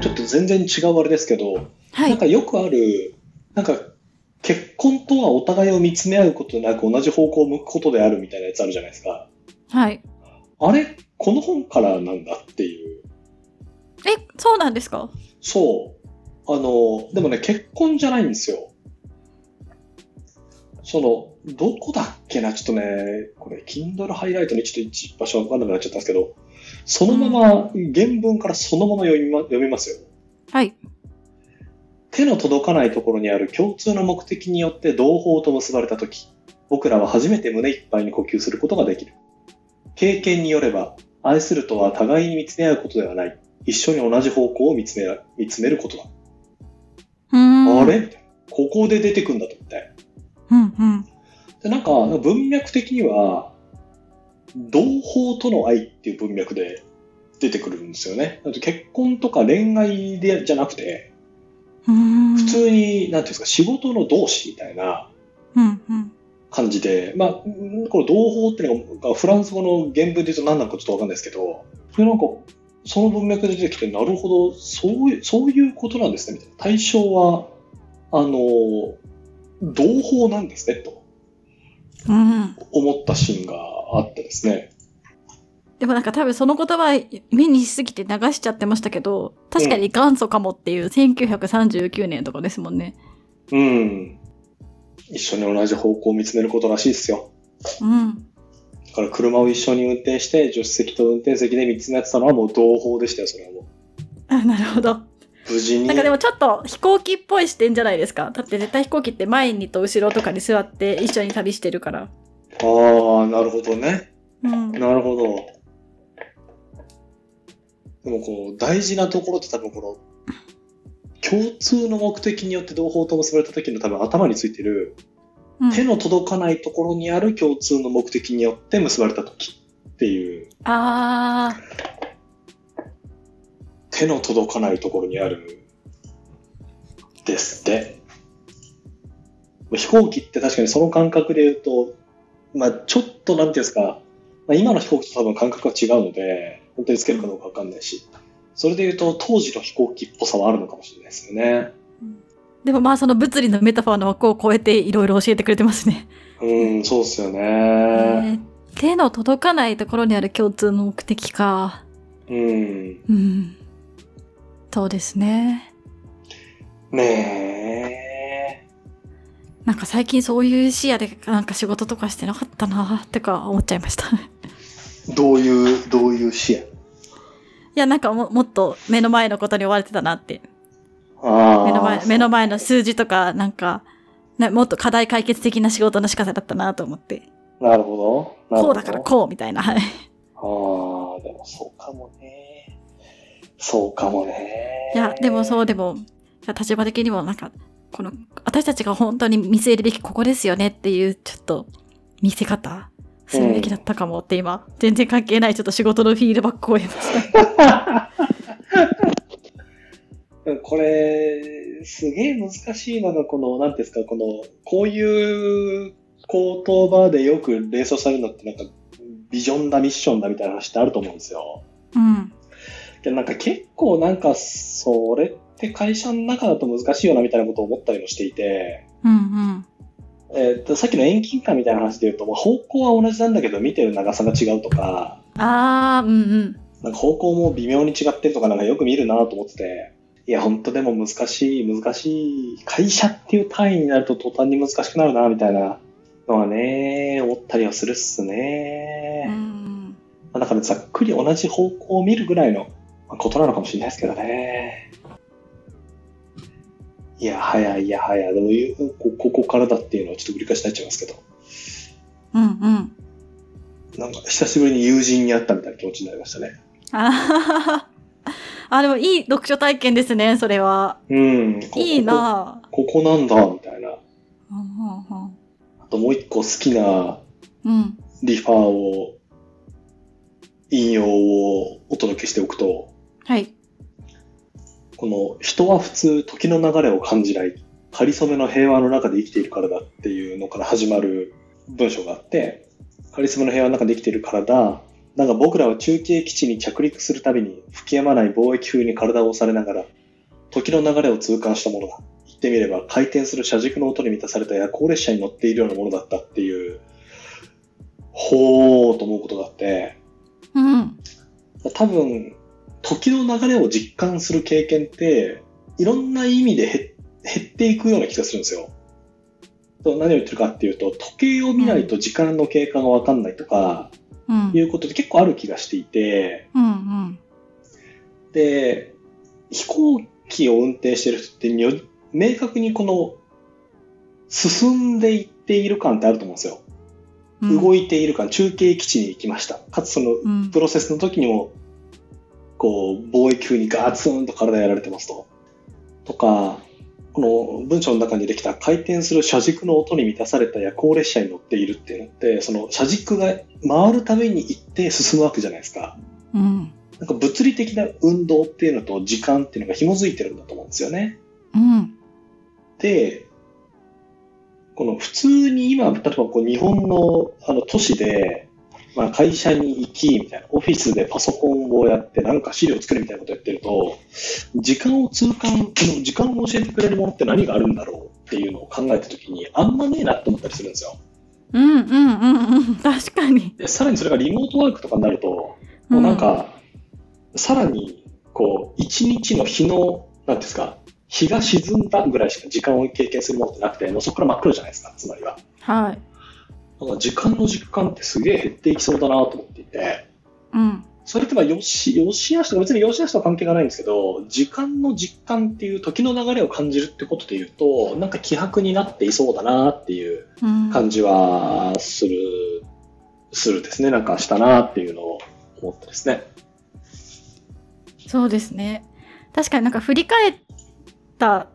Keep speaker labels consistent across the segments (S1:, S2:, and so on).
S1: 然違うあれですけど、
S2: は
S1: なん
S2: い。
S1: かよくある、なんか結婚とはお互いを見つめ合うことなく同じ方向を向くことであるみたいなやつあるじゃないですか。
S2: はい。
S1: あれこの本からなんだっていう。
S2: え、そうなんですか
S1: そう。あの、でもね、結婚じゃないんですよ。その、どこだっけなちょっとね、これ、Kindle ハイライトにちょっと一場所わかんなくなっちゃったんですけど、そのまま、原文からそのまま読みま読みますよ。
S2: はい。
S1: 手の届かないところにある共通の目的によって同胞と結ばれた時僕らは初めて胸いっぱいに呼吸することができる経験によれば愛するとは互いに見つめ合うことではない一緒に同じ方向を見つめら見つめることだ、
S2: うーん。
S1: あれここで出てくんだと思って
S2: うんうん。
S1: でなんか文脈的には同胞との愛っていう文脈で出てくるんですよねだって結婚とか恋愛でじゃなくて
S2: うーん。
S1: 普。通に何ていうんですか仕事の同志みたいな
S2: うんうん。
S1: 感じで、まあ、うんこの同胞っていうのがフランス語の原文で言うと何なのかちょっとわかんないですけど、それなんか、その文脈で出てきて、なるほど、そういう、そういうことなんですね、みたいな。対象は、あの、同胞なんですね、と
S2: うん。
S1: 思ったシーンがあってですね。
S2: でもなんか多分その言葉目にしすぎて流しちゃってましたけど、確かに元祖かもっていう1939年とかですもんね。
S1: うん。一緒に同じ方向を見つめることらしいですよ。
S2: うん。
S1: だから車を一緒に運転して、助手席と運転席で見つめ合ってたのはもう同胞でしたよ、それはもう。
S2: あ、なるほど。
S1: 無事に。
S2: なんかでもちょっと飛行機っぽい視点じゃないですか。だって絶対飛行機って前にと後ろとかに座って一緒に旅してるから。
S1: ああ、なるほどね。
S2: うん。
S1: なるほど。でもこう大事なところって多分この共通の目的によって同胞と結ばれた時の多分頭についてる、
S2: うん
S1: 手の届かないところにある共通の目的によって結ばれた時っていう
S2: あ
S1: 手の届かないところにあるですって飛行機って確かにその感覚で言うと、まあ、ちょっとなんていうんですか、まあ、今の飛行機と多分感覚が違うので本当につけるかどうかわかんないしそれで言うと当時の飛行機っぽさはあるのかもしれないですよね
S2: ー。でもまあその物理のメタファーの枠を超えていろいろ教えてくれてますね。
S1: うんそうですよ
S2: え
S1: ね
S2: ー手の届かないところにある共通の目的か。
S1: うん
S2: うん。そうですね。
S1: ねえ
S2: なんか最近そういう視野でなんか仕事とかしてなかったなってか思っちゃいました。 い
S1: どういうどういう視野
S2: やなんかももっと目の前のことに追われてたなって
S1: ああ
S2: 目の前目の前の数字とかなんかなもっと課題解決的な仕事の仕方だったなと思って
S1: なるほどなる
S2: こ
S1: ほど
S2: うだからこうみたいなはい
S1: ああ、でもそうかもね。そうかもね。
S2: いやでもそうでもいや立場的にもなんかこの私たちが本当に見据えるべきここですよねっていうちょっと見せ方するべきだったかもって今、全然関係ないちょっと仕事のフィードバックを得ました
S1: うん。これ、すげえ難しいのが、この、なんていうんですか、この、こういう言葉でよく連想されるのって、なんか、ビジョンだ、ミッションだみたいな話ってあると思うんですよ。
S2: うん
S1: でなんか結構なんか、それって会社の中だと難しいよなみたいなことを思ったりもしていて、
S2: うん
S1: えっと、さっきの遠近感みたいな話で言うと、まあ方向は同じなんだけど、見てる長さが違うとか、
S2: うんああうんうん
S1: なんか方向も微妙に違ってるとかなんかよく見るなと思ってて、いや、本当でも難しい、難しい、会社っていう単位になると途端に難しくなるな、みたいなのはね、思ったりはするっす
S2: う
S1: ね。
S2: ん
S1: まあだからざっくり同じ方向を見るぐらいのまあことなのかもしれないですけどね。いや、はやいや、はや、でもいうこここからだっていうのはちょっと繰り返しになっちゃいますけど、
S2: うんうん
S1: なんか久しぶりに友人に会ったみたいな気持ちになりましたね。
S2: あーあでもいい読書体験ですねそれは
S1: うん。こ
S2: いい。なぁ
S1: ここここなんだ、みたいな。
S2: う
S1: あともう一個好きなん
S2: うん
S1: リファーを、引用をお届けしておくと、
S2: はい。
S1: この人は普通時の流れを感じない、仮初めの平和の中で生きているからだっていうのから始まる文章があって、仮初めの平和の中で生きているからだ、だが僕らは中継基地に着陸するたびに吹き止まない貿易風に体を押されながら、時の流れを痛感したものだ。言ってみれば、回転する車軸の音に満たされた夜行列車に乗っているようなものだったっていう、ほーと思うことがあって、
S2: うん。
S1: 多分、時の流れを実感する経験って、いろんな意味で減減っていくような気がするんですよ。と何を言ってるかっていうと、時計を見ないと時間の経過がわかんないとか、
S2: うん。
S1: いうことって結構ある気がしていて、
S2: うん。
S1: で、飛行機を運転してる人ってにょ、明確にこの、進んでいっている感ってあると思うんですよ。
S2: うん。
S1: 動
S2: い
S1: いている感、中継基地に行きました。かつその、
S2: うん
S1: プ。ロセスの時にも、こう、貿易風にガツンと体やられてますと。とか、この文章の中にできた回転する車軸の音に満たされた夜行列車に乗っているっていうのって、その車軸が回るために行って進むわけじゃないですか。
S2: うん。
S1: なんか物理的な運動っていうのと時間っていうのが紐づいてるんだと思うんですよね。
S2: うん。
S1: で、この普通に今、例えばこう日本のあの都市で、まあ、会社に行き、みたいな、オフィスでパソコンをやって、なんか資料作るみたいなことやってると、時間を通関、この時間を教えてくれるものって何があるんだろうっていうのを考えたときに、あんまねえなって思ったりするんですよ。
S2: うん。うん。うん。うん。確かに。
S1: で、さらにそれがリモートワークとかになると、もうなんか、さらに、こう、一日の日の、なんていうんですか、日が沈んだぐらいしか時間を経験するものってなくて、もうそこから真っ暗じゃないですか、つまりは。
S2: うん。はい。
S1: だから時間の実感ってすげえ減っていきそうだなと思っていて、
S2: うん。
S1: それってまあ、よし、よし悪しとか別によし悪しとは関係がないんですけど、時間の実感っていう時の流れを感じるってことで言うと、なんか希薄になっていそうだなっていう
S2: うん。
S1: 感じはする、するですね。なんかしたなっていうのを思ってですね。
S2: そうですね確かになんか振り返った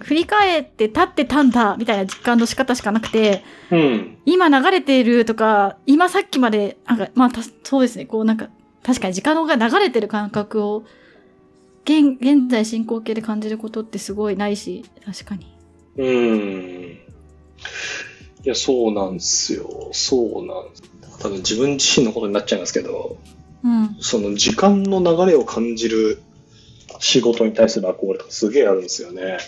S2: 振り返って立ってたんだみたいな実感の仕方しかなくて
S1: うん。
S2: 今流れているとか今さっきまでなんかまあたそうですねこうなんか確かに時間が流れてる感覚を現現在進行形で感じることってすごいないし確かに
S1: うーん。いや、そうなんですよ。そうなんです。多分自分自身のことになっちゃいますけど、
S2: うん
S1: その時間の流れを感じる仕事に対する憧れとかすげえあるんですよね。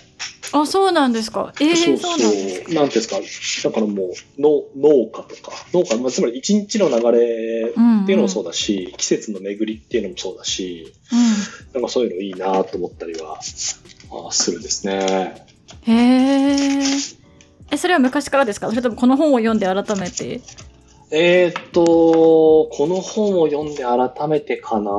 S2: あそうなんですかええそうなんです
S1: なんていうんですか、だからもう、の農家とか、農家、まあ、つまり一日の流れ
S2: うんん
S1: っていうのもそうだし、季節の巡りっていうのもそうだし、なんかそういうのいいなと思ったりはあーするですね。
S2: うんへええそれは昔からですかそれともこの本を読んで改めて
S1: えーっと、この本を読んで改めてかな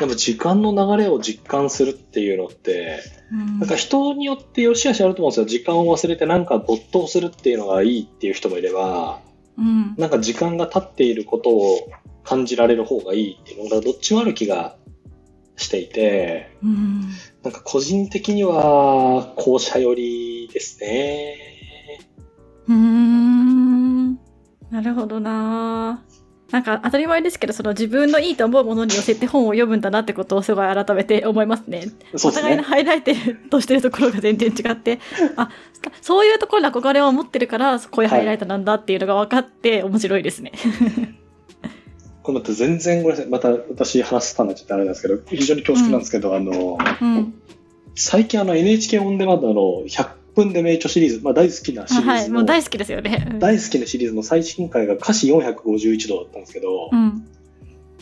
S1: やっぱ時間の流れを実感するっていうのって、
S2: うん
S1: なんか人によって良し悪しあると思うんですよ。時間を忘れてなんか没頭するっていうのがいいっていう人もいれば、
S2: うん
S1: なんか時間が経っていることを感じられる方がいいっていうのがどっちもある気がしていて、
S2: うん
S1: なんか個人的には後者寄りですね。
S2: うーんなるほどななんか当たり前ですけどその自分のいいと思うものに寄せて本を読むんだなってことをすごい改めて思 いますね。
S1: そう
S2: お
S1: です
S2: 互いの
S1: ね。
S2: ハイライトとしてるところが全然違ってあそういうところに憧れを持ってるからこういうハイライトなんだっていうのが分かって面白いですね。
S1: これまた全然ごめんなさい。また私話すたんなっちゃってあれなんですけど、非常に恐縮なんですけど、あの、
S2: うん、
S1: 最近あの NHK オンデマンドの100分で名著シリーズ、まあ大好きなシ
S2: あ
S1: リ
S2: は
S1: ー
S2: い
S1: ズ
S2: も
S1: の、
S2: う大好きですよね。うん
S1: 大好きなシリーズの最新回が歌詞451度だったんですけど、
S2: うん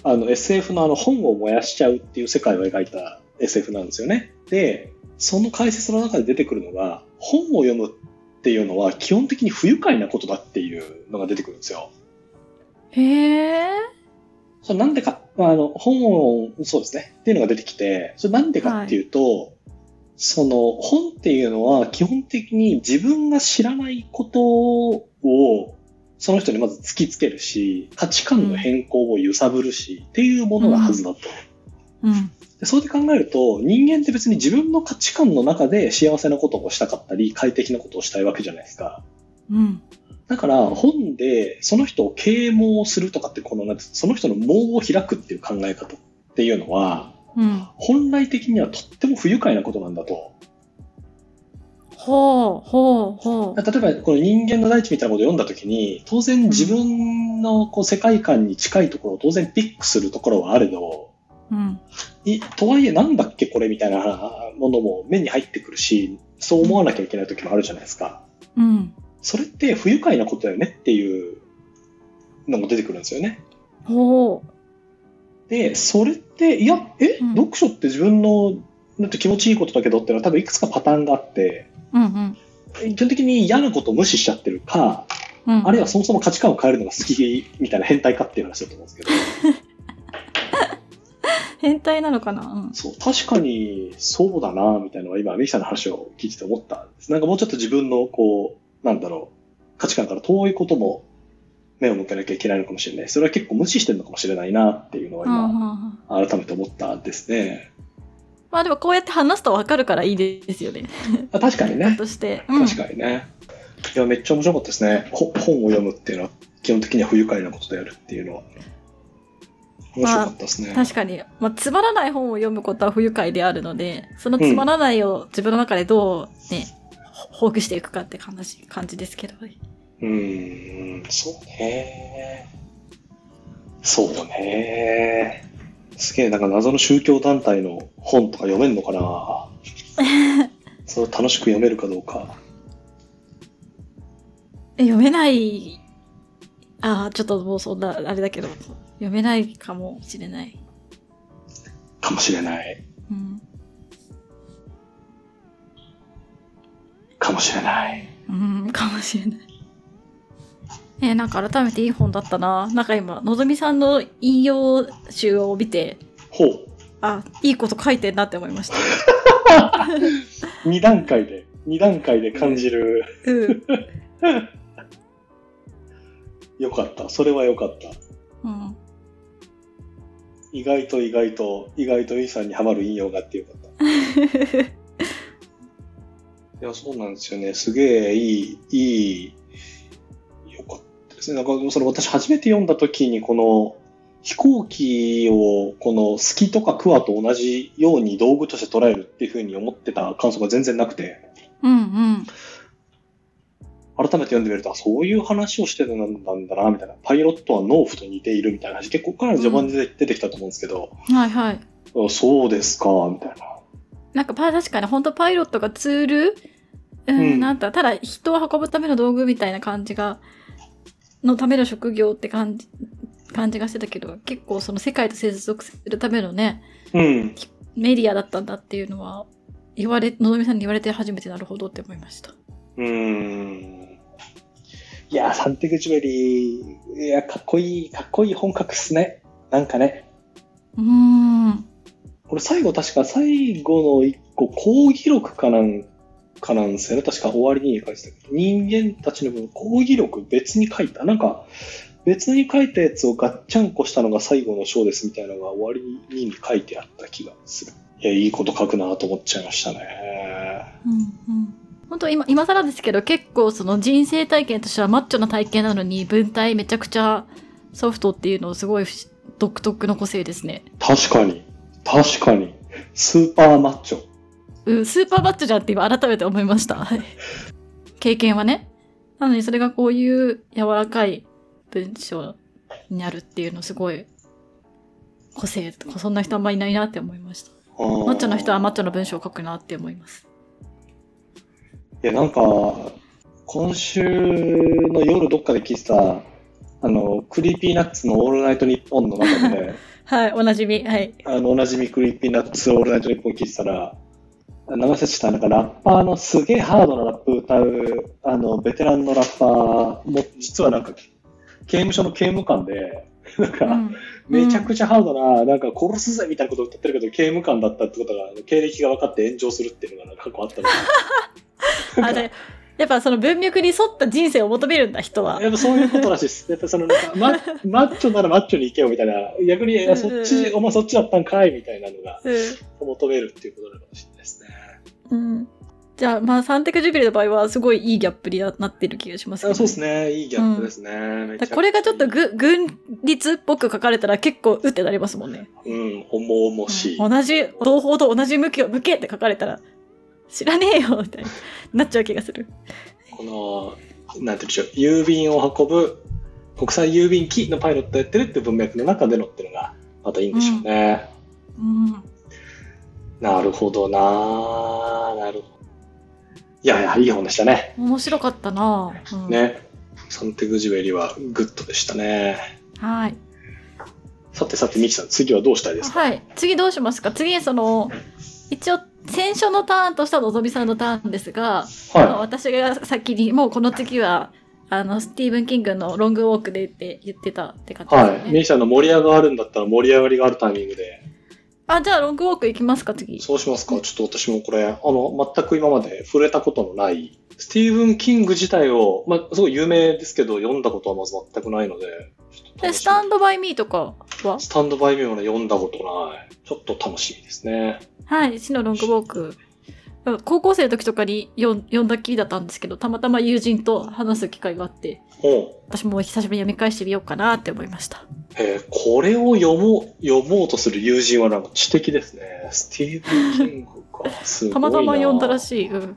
S1: あの SF のあの本を燃やしちゃうっていう世界を描いた SF なんですよね。で、その解説の中で出てくるのが、本を読むっていうのは基本的に不愉快なことだっていうのが出てくるんですよ。
S2: へえ。
S1: それなんでか、まあ、あの、本を、そうですね、っていうのが出てきて、それなんでかっていうと、その、本っていうのは基本的に自分が知らないことを、その人にまず突きつけるし、価値観の変更を揺さぶるし、っていうものがはずだと。
S2: うん
S1: でそうやって考えると、人間って別に自分の価値観の中で幸せなことをしたかったり、快適なことをしたいわけじゃないですか。
S2: うん
S1: だから本でその人を啓蒙するとかってこのなんてその人の網を開くっていう考え方っていうのは
S2: うん、
S1: 本来的にはとっても不愉快なことなんだと
S2: ほうほうほ
S1: 例えばこの人間の大地みたいなことを読んだ時に当然自分のこう世界観に近いところを当然ピックするところはあれど
S2: う。うん。
S1: いとはいえなんだっけこれみたいなものも目に入ってくるしそう思わなきゃいけない時もあるじゃないですか
S2: うん。
S1: それって不愉快なことだよねっていうのも出てくるんですよね
S2: おー
S1: でそれっていやえ、
S2: うん
S1: 読書って自分のだって気持ちいいことだけどっていうのは多分いくつかパターンがあって
S2: うんうん。
S1: 基本的に嫌なことを無視しちゃってるか
S2: うん。
S1: あるいはそもそも価値観を変えるのが好きみたいな変態かっていう話だと思うんですけど
S2: 変態なのかなうん。
S1: そう、確かにそうだな、みたいなのは今、ミキさんの話を聞いてて思ったんです。なんかもうちょっと自分の、こう、なんだろう、価値観から遠いことも目を向けなきゃいけないのかもしれない。それは結構無視してるのかもしれないな、っていうのは
S2: うんう
S1: 今、
S2: んうん
S1: 改めて思ったんですね。
S2: まあでもこうやって話すとわかるからいいです よね。
S1: あ確かにね。
S2: として。うん
S1: 確かにね。いや、めっちゃ面白かったですね。ほ本を読むっていうのは、基本的には不愉快なことであるっていうのは。面白かったですね。
S2: 確かに、まあ、つまらない本を読むことは不愉快であるのでそのつまらないを自分の中でどうね、ほほぐしていくかって話感じですけど
S1: うーん、そうね。そうね。すげえ、なんか謎の宗教団体の本とか読めんのか なそれを楽しく読めるかどうか。
S2: え読めないああちょっともうそんなあれだけど読めないかもしれない、
S1: かもしれない。
S2: うん
S1: かもしれない。
S2: うん、かもしれない。えーなんか改めていい本だったな。なんか今、のぞみさんの引用集を見て、
S1: ほう。
S2: あ、いいこと書いてんなって思いました。
S1: 2段階で、2段階で感じる。
S2: うん。
S1: よかった。それはよかった。
S2: うん、
S1: 意外と意外と、意外とイーさんにはまる引用があってよかった。いや、そうなんですよね。すげえいい、いい、よかったですね。なんか、それ私初めて読んだ時に、この、飛行機を、この、スキとかクワと同じように道具として捉えるっていうふうに思ってた感想が全然なくて、
S2: うん、
S1: 改めて読んでみると、あ、そういう話をしてたんだな、みたいな。パイロットは農夫と似ているみたいな話、結構かなり序盤で出てきたと思うんですけど、
S2: うん。はいはい。
S1: あそうですか、みたいな。
S2: なんかパ確かに本当パイロットがツール、うん
S1: うん
S2: なんだただ人を運ぶための道具みたいな感じがのための職業って感じ感じがしてたけど結構その世界と接続するためのね
S1: うん。
S2: メディアだったんだっていうのは言われのぞみさんに言われて初めてなるほどって思いました。
S1: うーんいやー、サンテグジュエリー、いや、かっこいい、かっこいい本格っすね。なんかね、
S2: うーん
S1: 俺最後確か最後の一個、講義録かなんかなんですよね。確か終わりに書いてたけど、人間たちの分、講義録別に書いた。なんか、別に書いたやつをガッチャンコしたのが最後の章ですみたいなのが終わりに書いてあった気がする。いや、いいこと書くなと思っちゃいましたね。
S2: うんうん本当今今更ですけど結構その人生体験としてはマッチョな体験なのに文体めちゃくちゃソフトっていうのすごい不思独特の個性ですね。
S1: 確かに、確かに、スーパーマッチョ。
S2: うん、スーパーマッチョじゃんって今改めて思いました。はい経験はね。なのにそれがこういう柔らかい文章になるっていうのすごい個性、そんな人あんまいないなって思いました。マ
S1: マ
S2: ッチョの人はマッチョの文章を書くなって思います。
S1: いや、なんか、今週の夜どっかで聞いてた、あの、クリーピーナッツのオールナイトニッポンの中で ね、
S2: はい、おなじみ。はい。
S1: あの、おなじみクリーピーナッツオールナイトニッポン聞いてたら、長瀬さんなんかラッパーのすげえハードなラップ歌う、あの、ベテランのラッパーも、実はなんか、刑務所の刑務官で、なんか、
S2: うん
S1: めちゃくちゃハードな、なんか殺すぜみたいなことを歌ってるけど、刑務官だったってことが、経歴が分かって炎上するっていうのがなんか過去あったの。
S2: あでやっぱその文脈に沿った人生を求めるんだ、人は。
S1: やっぱそういうことらしいです。やっぱそのなんか、 ママッチョならマッチョに行けよみたいな、逆に、いやそっ
S2: うんう
S1: ち、
S2: ん
S1: お前そっちだったんかいみたいなのが
S2: うん
S1: 求めるっていうことなのかもしれないですね。
S2: うん。じゃあ、まあ、サンテクジュビリの場合は、すごいいいギャップにななってる気がしますけど
S1: あそうですね。いいギャップですね。めちゃくちゃ
S2: これがちょっとぐ軍律っぽく書かれたら結構うってなりますもんね。
S1: うん、重々しい。
S2: 同じ同胞と同じ向きを向けって書かれたら知らねえよみたいになっちゃう気がする。
S1: この、なんて言うんでしょう、郵便を運ぶ国際郵便機のパイロットやってるっていう文脈の中でのっていうのが、またいいんでしょうね。
S2: うん
S1: なるほどななるほど。いやいや、いい本でしたね。
S2: 面白かったな、うん、
S1: ね。サンテグジュエリはグッドでしたね。
S2: はい
S1: さてさて、ミキさん、次はどうしたいですか
S2: はい次どうしますか次その一応先初のターンとしたのぞみさんのターンですが、まあ
S1: は
S2: 私が先にもうこの次はあのスティーブン・キングの「ロングウォークで」って言ってたって感
S1: い。
S2: じですよ
S1: はい。
S2: ね、
S1: ミキさんの盛り上がるんだったら盛り上がりがあるタイミングで。
S2: あじゃあロングウォーク行きますか次
S1: そうしますか。ちょっと私もこれ、あの、全く今まで触れたことのない、スティーブン・キング自体を、まあ、すごい有名ですけど、読んだことはまず全くないので、ちょっと楽しみ
S2: でスタンド・バイ・ミーとかは
S1: スタンドバイミーもね、読んだことない。ちょっと楽しみですね。
S2: はい死のロングウォーク高校生の時とかに読ん読んだっきりだったんですけどたまたま友人と話す機会があって
S1: ほう。
S2: 私も久しぶりに読み返してみようかなって思いました
S1: えーこれを読もう、読もうとする友人はなんか知的ですね。スティーブン・キングか。すごいな。
S2: たまたま読んだら
S1: い。
S2: しい、うん、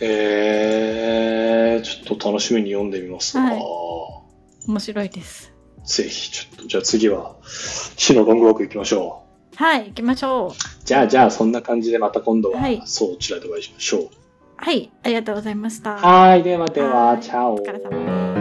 S1: えー、ちょっと楽しみに読んでみますが、
S2: は面白いです
S1: ぜひ、ちょっと、じゃあ次は、死のロングウォーク行きましょう。
S2: はい行きましょう
S1: じゃあ、じゃあ、そんな感じでまた今度は、
S2: はい
S1: そうちらでお会いしましょう。
S2: はいありがとうございました
S1: はい、ではでは、
S2: はい
S1: チャオ。
S2: お疲れ様です